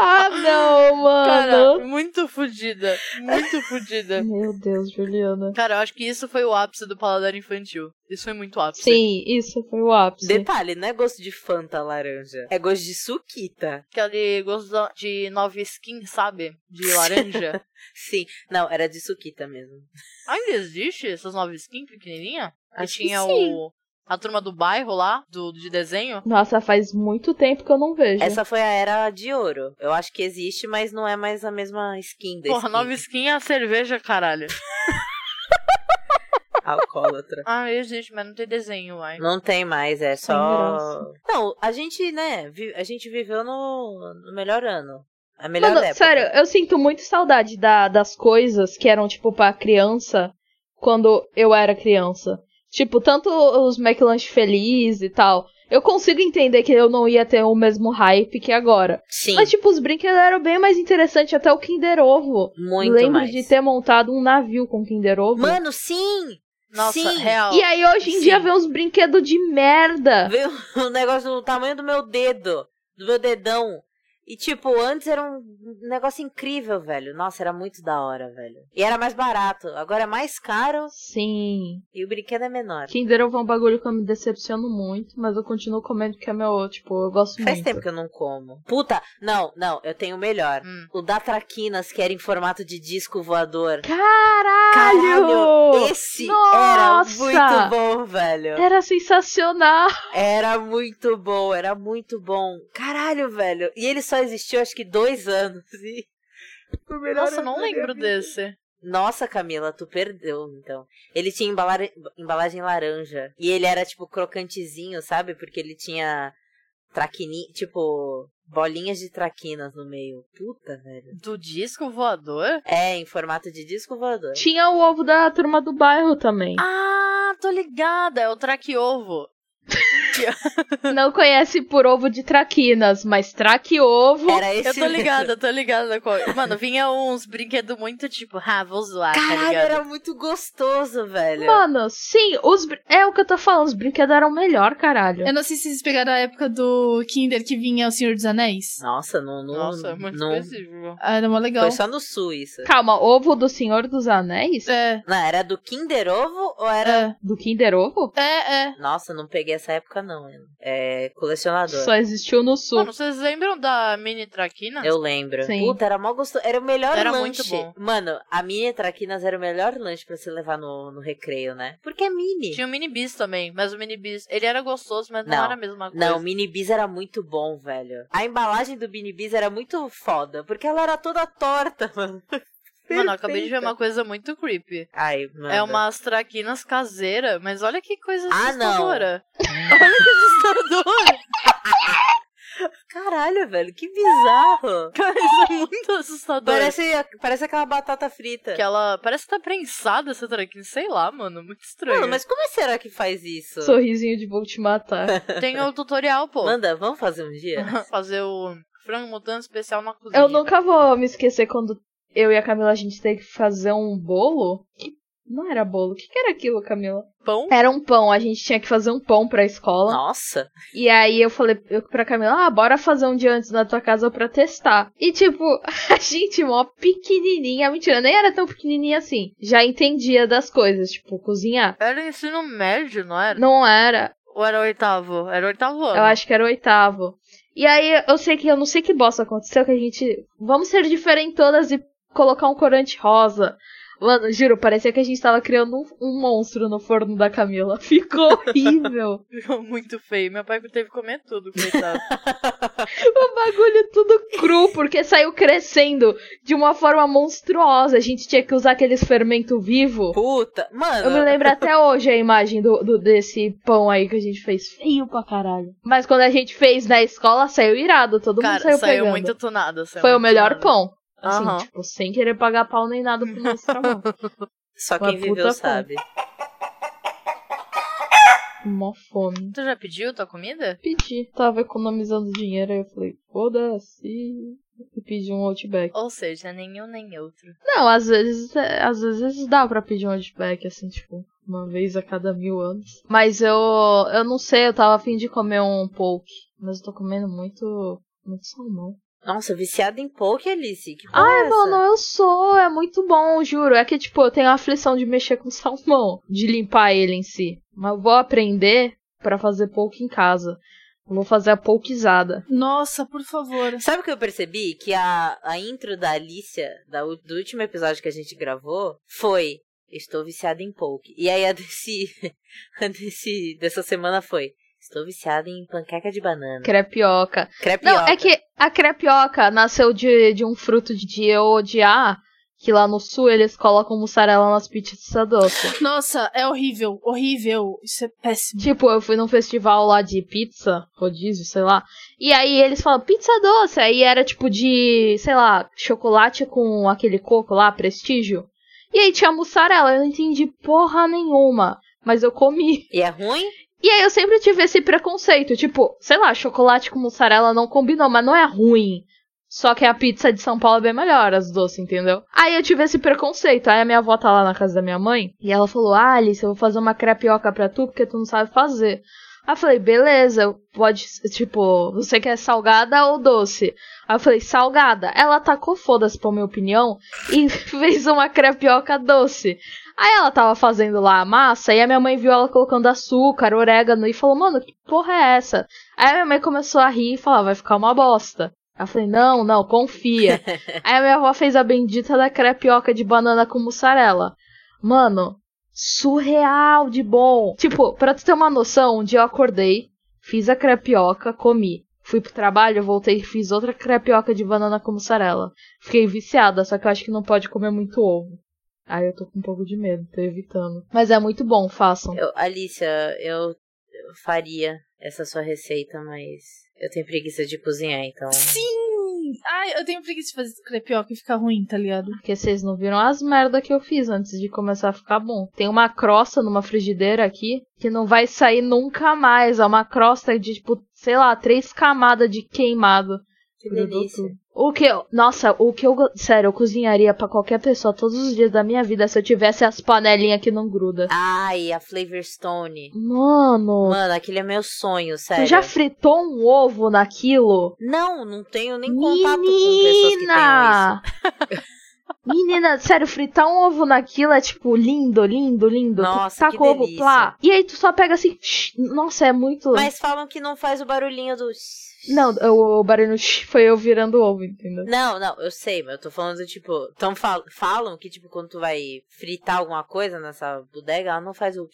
Ah, não, Cara, mano. muito fudida. Muito fudida. Meu Deus, Juliana. <laughs> Cara, eu acho que isso foi o ápice do paladar infantil. Isso foi muito ápice. Sim, isso foi o ápice. Detalhe, não é gosto de Fanta laranja. É gosto de suquita. Aquele gosto de nova skin, sabe? De <laughs> laranja. Sim. Não, era de suquita mesmo. Ainda existe essas nova skin pequenininha? Que Acho que tinha sim. o a turma do bairro lá, do de desenho. Nossa, faz muito tempo que eu não vejo. Essa foi a era de ouro. Eu acho que existe, mas não é mais a mesma skin da Porra, skin. nova skin é a cerveja, caralho. Alcoólatra. Ah, existe, mas não tem desenho, ai. <laughs> Não tem mais, é só. Sem Não, a gente, né? vi- A gente viveu no, no melhor ano. A melhor Mano, época. sério, eu sinto muito saudade da- das coisas que eram, tipo, pra criança quando eu era criança. Tipo, tanto os McLanche Feliz e tal. Eu consigo entender que eu não ia ter o mesmo hype que agora. Sim, Mas, tipo, os brinquedos eram bem mais interessantes, até o Kinder Ovo. muito tipo, Lembro mais. de ter montado um navio com Kinder Ovo. Mano, sim! Nossa, sim. real. e aí, hoje em sim. dia, vem uns brinquedos de <laughs> merda. Veio um negócio do tamanho do meu dedo, do meu dedão. E, tipo, antes era um negócio incrível, velho. Nossa, era muito da hora, velho. E era mais barato. Agora é mais caro Sim. e o brinquedo é menor. Kinder Ovo é um bagulho que eu me decepciono muito, mas eu continuo comendo porque é meu, tipo, eu gosto Faz muito. tempo que eu não como. Puta, não, não, eu tenho o melhor. Hum. O da Traquinas, que era em formato de disco voador. Caralho! Esse Nossa! era muito bom, velho. Era sensacional! Era muito bom, era muito bom. Caralho, velho. E ele só existiu acho que dois anos. E... o melhor Nossa, eu <laughs> não da minha lembro vida. desse. Nossa, Camila, tu perdeu, então. Ele tinha embala- embalagem laranja. E ele era, tipo, crocantezinho, sabe? Porque ele tinha traquini... Tipo, bolinhas de traquinas no meio. Puta, velho. Do disco voador? É, em formato de disco voador. Tinha o ovo da turma do <laughs> bairro também. Ah, tô ligada, é o traque ovo. Não conhece por ovo de traquinas, mas traque ovo. Era esse Eu tô mesmo. ligada, eu tô ligada. Qual... Mano, vinha uns brinquedos muito tipo, ah, vou zoar, tá Caralho, ligado? era muito gostoso, velho. Mano, sim, os br- é o que eu tô falando, os brinquedos eram melhor, caralho. Eu não sei se vocês pegaram a época do Kinder que vinha o Senhor dos Anéis. Nossa, não... não Nossa, é muito não... específico. Ah, Era mó legal. Foi só no sul isso. Calma, ovo do Senhor dos Anéis? É, Não, era do Kinder Ovo ou era... é, Do Kinder Ovo? é, é. Nossa, não peguei essa época não. hein. É colecionador. Só existiu no sul. Mano, vocês lembram da mini traquina? Eu lembro. Sim. Puta, era mó gostoso. Era o melhor Era lanche. muito bom. Mano, a mini traquinas era o melhor lanche pra se levar no, no recreio, né? Porque é mini. Tinha o mini bis também, mas o mini bis, ele era gostoso, mas não, Não. era a mesma coisa. Não, o mini bis era muito bom, velho. A embalagem do mini bis era muito foda, porque ela era toda torta, <laughs> mano. Mano, eu acabei de ver Perfeita. uma coisa muito creepy. Ai, mano. É umas traquinas caseiras, mas olha que coisa Ah, não. assustadora. <laughs> olha que assustadora. <laughs> Caralho, velho, que bizarro. Cara, isso é muito assustador. Parece, parece aquela batata frita. Que ela parece que tá prensada essa traquina, sei lá, mano, muito estranho. Mano, mas como será que faz isso? Sorrisinho de vou te matar. Tem o tutorial, pô. Manda, vamos fazer um dia? <laughs> Fazer o frango mutante especial na cozinha. eu nunca vou me esquecer quando eu e a Camila a gente teve que fazer um bolo. Que não era bolo. O que, que era aquilo, Camila? Pão? Era um pão, a gente tinha que fazer um pão pra escola. Nossa. E aí eu falei eu- pra Camila, ah, bora fazer um dia antes na tua casa pra testar. E tipo, <laughs> a gente mó pequenininha, mentira, nem era tão pequenininha assim. Já entendia das coisas, tipo, cozinhar. Era ensino médio, não era? Não era, Ou era oitavo? Era oitavo ano. eu acho que era oitavo. E aí eu sei que, eu não sei que bosta aconteceu, que a gente, vamos ser diferentonas e colocar um corante rosa. Mano, juro, parecia que a gente tava criando um, um monstro no forno da Camila. <laughs> Ficou horrível. <laughs> Ficou muito feio. Meu pai teve que comer <laughs> tudo, coitado. O bagulho tudo cru, porque saiu crescendo de uma forma monstruosa. A gente tinha que usar aqueles fermento vivo. Puta. Mano. Eu me lembro até hoje a imagem do, do- desse pão aí que a gente fez. Feio pra caralho. Mas quando a gente fez na escola, saiu irado. Todo Cara, mundo saiu, saiu, pegando. muito tunado. saiu Foi o muito melhor tunado. pão. Assim, Aham. tipo, sem querer pagar pau nem nada pro nosso trabalho. <laughs> Só Uma quem viveu puta sabe. Mó fome. Tu já pediu tua comida? Pedi. Tava economizando dinheiro, aí eu falei, foda-se. E pedi um Outback. Ou seja, nenhum nem outro. Não, às vezes, é, às vezes dá pra pedir um outback, assim, tipo, uma vez a cada mil anos. Mas eu, eu não sei, eu tava afim de comer um poke, mas eu tô comendo muito, muito salmão. Nossa, viciada em poke, Alice. Que porra é Ai, essa? mano, eu sou, é muito bom, juro. É que, tipo, eu tenho a aflição de mexer com <laughs> salmão, de limpar ele em si. Mas eu vou aprender pra fazer poke em casa. Eu vou fazer a pokeizada. Nossa, por favor. Sabe o que eu percebi? Que a, a intro da Alicia, da u- do último episódio que a gente gravou, foi Estou viciada em poke. E aí a <laughs> desse, a desse dessa semana foi Estou viciada em panqueca de banana. Crepioca. Crepioca. Não, é que a crepioca nasceu de, de um fruto de eu odiar, que lá no sul eles colocam mussarela nas pizzas doces. Nossa, é horrível, horrível. Isso é péssimo. tipo, eu fui num festival lá de pizza, rodízio, sei lá, e aí eles falam pizza doce, aí era tipo de, sei lá, chocolate com aquele coco lá, prestígio. E aí tinha mussarela, eu não entendi porra nenhuma, mas eu comi. E é ruim? E aí eu sempre tive esse preconceito, tipo, sei lá, chocolate com mussarela não combinou, mas não é ruim. Só que a pizza de São Paulo é bem melhor, as doces, entendeu? Aí eu tive esse preconceito. Aí a minha avó tá lá na casa da minha mãe e ela falou: "Ah, Alice, eu vou fazer uma crepioca pra tu porque tu não sabe fazer. Aí eu falei, beleza, pode, tipo, você quer salgada ou doce? Aí eu falei, salgada. Ela tacou foda-se pra minha opinião e <laughs> fez uma crepioca doce. Aí ela tava fazendo lá a massa e a minha mãe viu ela colocando açúcar, orégano e falou, mano, que porra é essa? Aí a minha mãe começou a rir e falar, vai ficar uma bosta. Aí eu falei, não, não, confia. Aí a minha avó fez a bendita da crepioca de banana com mussarela. Mano, surreal de bom. Tipo, pra tu ter uma noção, um dia eu acordei, fiz a crepioca, comi. Fui pro trabalho, voltei e fiz outra crepioca de banana com mussarela. Fiquei viciada, só que eu acho que não pode comer muito ovo. Aí eu tô com um pouco de medo, tô evitando. Mas é muito bom, façam. Eu, Alicia, eu, eu faria essa sua receita, mas eu tenho preguiça de cozinhar, então. Sim! Ai, eu tenho preguiça de fazer crepioca e fica ruim, tá ligado? Porque vocês não viram as merda que eu fiz antes de começar a ficar bom. Tem uma crosta numa frigideira aqui que não vai sair nunca mais. É uma crosta de, tipo, sei lá, três camadas de queimado. Que Grudou delícia. tudo. O que eu, nossa, o que eu, go- sério, eu cozinharia pra qualquer pessoa todos os dias da minha vida se eu tivesse as panelinhas que não gruda. Ai, a Flavorstone. Mano, Mano, aquele é meu sonho, sério. tu já fritou um ovo naquilo? Não, não tenho nem contato com pessoas que tenham isso. <laughs> Menina, sério, fritar um ovo naquilo é tipo lindo, lindo, lindo. Nossa, tu taca que o ovo delícia. plá. E aí tu só pega assim. shh, Nossa, é muito. Mas falam que não faz o barulhinho do. Não, o, o barulho shh, foi eu virando o ovo, entendeu? Não, não, eu sei, mas eu tô falando, tipo. Então fal falam que, tipo, quando tu vai fritar alguma coisa nessa bodega, ela não faz o.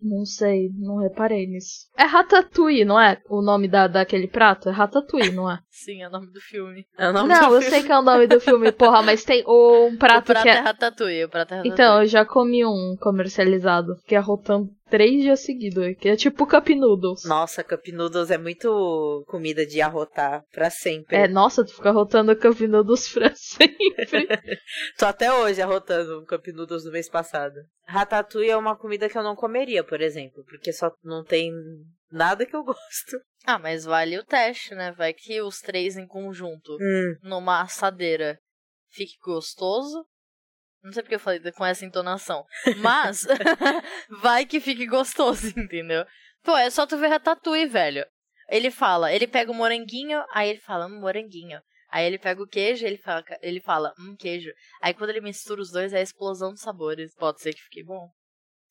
Não sei, não reparei nisso. É ratatouille, não é? O nome da, daquele prato? É ratatouille, não é? Sim, é o nome do filme. É o <laughs> nome não, do <laughs> eu filme. sei que é o nome <laughs> do filme, porra, mas tem o- um O prato, prato que é é. Ratatouille, o prato é Ratatouille. Então, eu já comi um comercializado, que é rotando três dias seguidos, que é tipo cup noodles. Nossa, Cup Noodles é muito comida de arrotar pra sempre. É, nossa, tu fica rotando o cup noodles pra <laughs> sempre. Tô até hoje arrotando o Cup Noodles do mês passado. Ratatouille é uma comida que eu não comeria, por exemplo, porque só não tem nada que eu gosto. Ah, mas vale o teste, né? Vai que os três em conjunto, Hum. numa assadeira, fique gostoso. Não sei porque eu falei com essa entonação. Mas <laughs> vai que fique gostoso, entendeu? Pô, é só tu ver Ratatouille, velho. Ele fala, ele pega o moranguinho, aí ele fala, hum, moranguinho. Aí ele pega o queijo, ele fala, ele fala, hum, queijo. Aí quando ele mistura os dois, é a explosão de sabores. Pode ser que fique bom.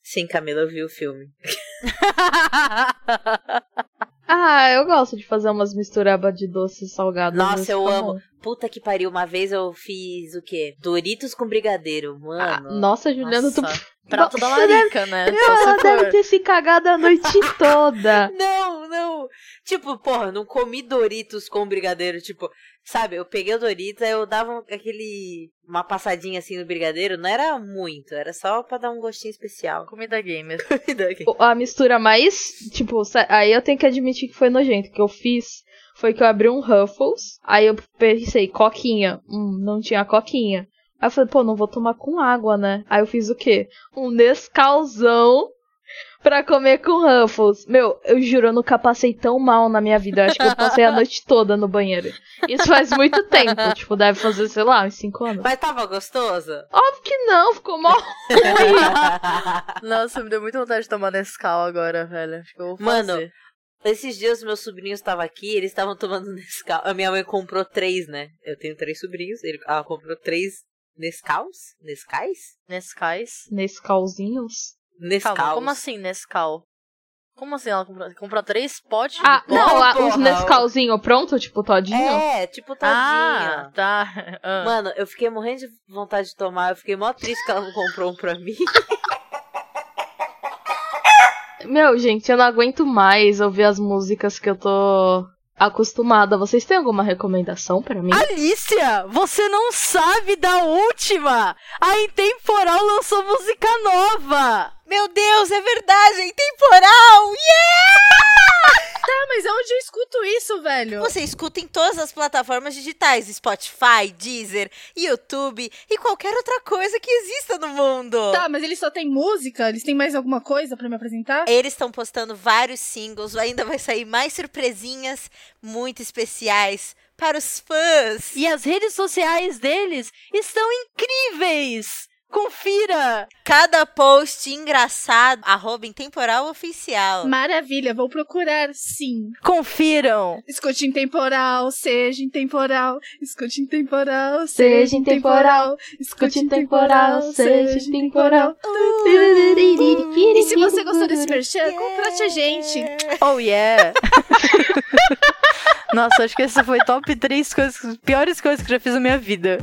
Sim, Camila, eu vi o filme. ah, eu gosto de fazer umas misturaba de doces salgados. Nossa, mas eu fica amo. bom. <laughs> Puta que pariu, uma vez eu fiz o quê? Doritos com brigadeiro, Ah, mano. nossa, Juliana, tu. Nossa, Prato da Você deve- larica, né? Só se Ela <laughs> deve for- ter se cagado <laughs> a noite toda. Não, não. Tipo, porra, não comi Doritos com brigadeiro. Tipo, sabe, eu peguei o Doritos, aí eu dava um, aquele. Uma passadinha assim no brigadeiro. Não era muito, era só pra dar um gostinho <laughs> especial. Comida gamer. O- A mistura mais, tipo, sa- aí eu tenho que admitir que foi nojento. O que eu fiz foi que eu abri um Ruffles, aí eu pensei, coquinha. Hum, não tinha coquinha. Aí eu falei, pô, não vou tomar com água, né? Aí eu fiz o quê? Um Nescauzão pra comer com Ruffles. Meu, eu juro, eu nunca passei tão mal na minha vida. Eu acho que eu passei a noite toda no banheiro. Isso faz muito tempo, tipo, deve fazer, sei lá, uns 5 anos. Mas tava <laughs> gostoso? Óbvio que não, ficou mó Nossa, me deu muita vontade de tomar Nescau agora, velho. Acho que eu vou Mano, fazer. Esses dias meus sobrinhos estavam aqui, eles estavam tomando <laughs> Nescau. A minha mãe comprou três, né? Eu tenho três sobrinhos, ele- ela comprou três Nescaus? Nescais? Nescais? Nescauzinhos. Nescaus. Calma, como assim Nescau? Como assim ela comprou, comprou três potes? Ah, de não, pó? a- os porra. Nescauzinho pronto, tipo todinho? É, tipo Ah, tadinha. tá. Ah. Mano, eu fiquei morrendo de vontade de tomar, eu fiquei mó triste que ela não comprou um pra <laughs> mim. Meu, gente, eu não aguento mais ouvir as músicas que eu tô acostumada. Vocês têm alguma recomendação pra mim? Alicia, você não sabe da última! A Intemporal lançou música nova! Meu Deus, é verdade, é intemporal! Ah, mas onde eu escuto isso, velho? Você escuta em todas as plataformas digitais: Spotify, Deezer, YouTube e qualquer outra coisa que exista no mundo. Tá, mas eles só têm música? Eles têm mais alguma coisa pra me apresentar? Eles estão postando vários singles, ainda vai sair mais surpresinhas muito especiais para os fãs. E as redes sociais deles estão incríveis! Confira! Cada post engraçado, arroba em temporal oficial. Maravilha, vou procurar sim. Confiram! Escute intemporal, seja intemporal, escute intemporal, Seja seja intemporal, intemporal, Escute temporal, seja temporal. Uh. E se você gostou desse merchan, contrate a gente. Oh yeah! Nossa, acho que essa foi top três coisas, piores coisas que eu já fiz na minha vida.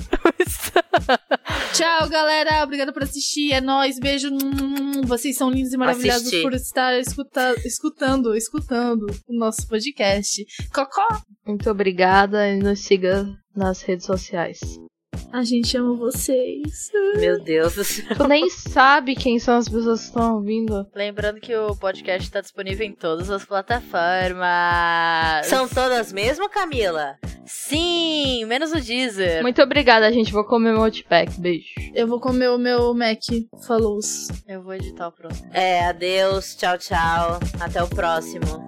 <laughs> Tchau, galera. Obrigada por assistir. É nóis. Beijo. Hum, Vocês são lindos e maravilhosos Assisti. por estar escuta- escutando, escutando o nosso podcast. Cocó, Muito obrigada e nos siga nas redes sociais. a gente ama vocês. Meu Deus do céu. <laughs> Tu nem sabe quem são as pessoas que estão ouvindo. Lembrando que o podcast tá disponível em todas as plataformas. São todas mesmo, Camila? Sim, menos o Deezer. Muito obrigada, gente. Vou comer meu outback. Beijo. Eu vou comer o meu Mac. Falou. Eu vou editar o próximo. É, adeus, tchau, tchau. Até o próximo.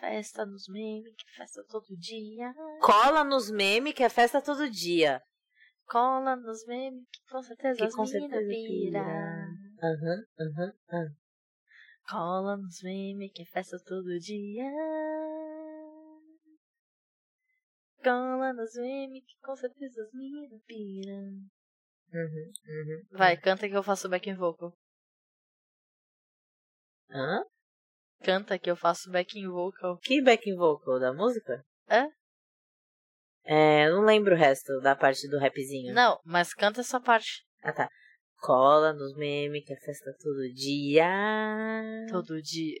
Festa nos memes, que festa todo dia. Cola nos memes que é festa todo dia. Cola nos memes, que com certeza Que as com mina certeza pira. pira. Aham, aham, aham. Cola nos memes, que é festa todo dia. Cola nos memes, que com certeza as mina pira. Uhum, uhum. Vai, canta que eu faço back vocal. Hã? Canta que eu faço back vocal. Que backing vocal da música? Hã? É, eu não lembro o resto da parte do rapzinho. Não, mas canta essa parte. Ah, tá. Cola nos memes que é festa todo dia. Todo dia.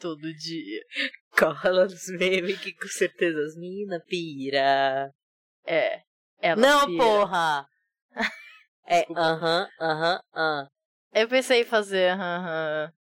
Todo dia. Cola nos memes que com certeza as mina pira. É. Ela não, pira. <laughs> porra! é, Desculpa. aham, aham, aham. Eu pensei em fazer. aham, aham.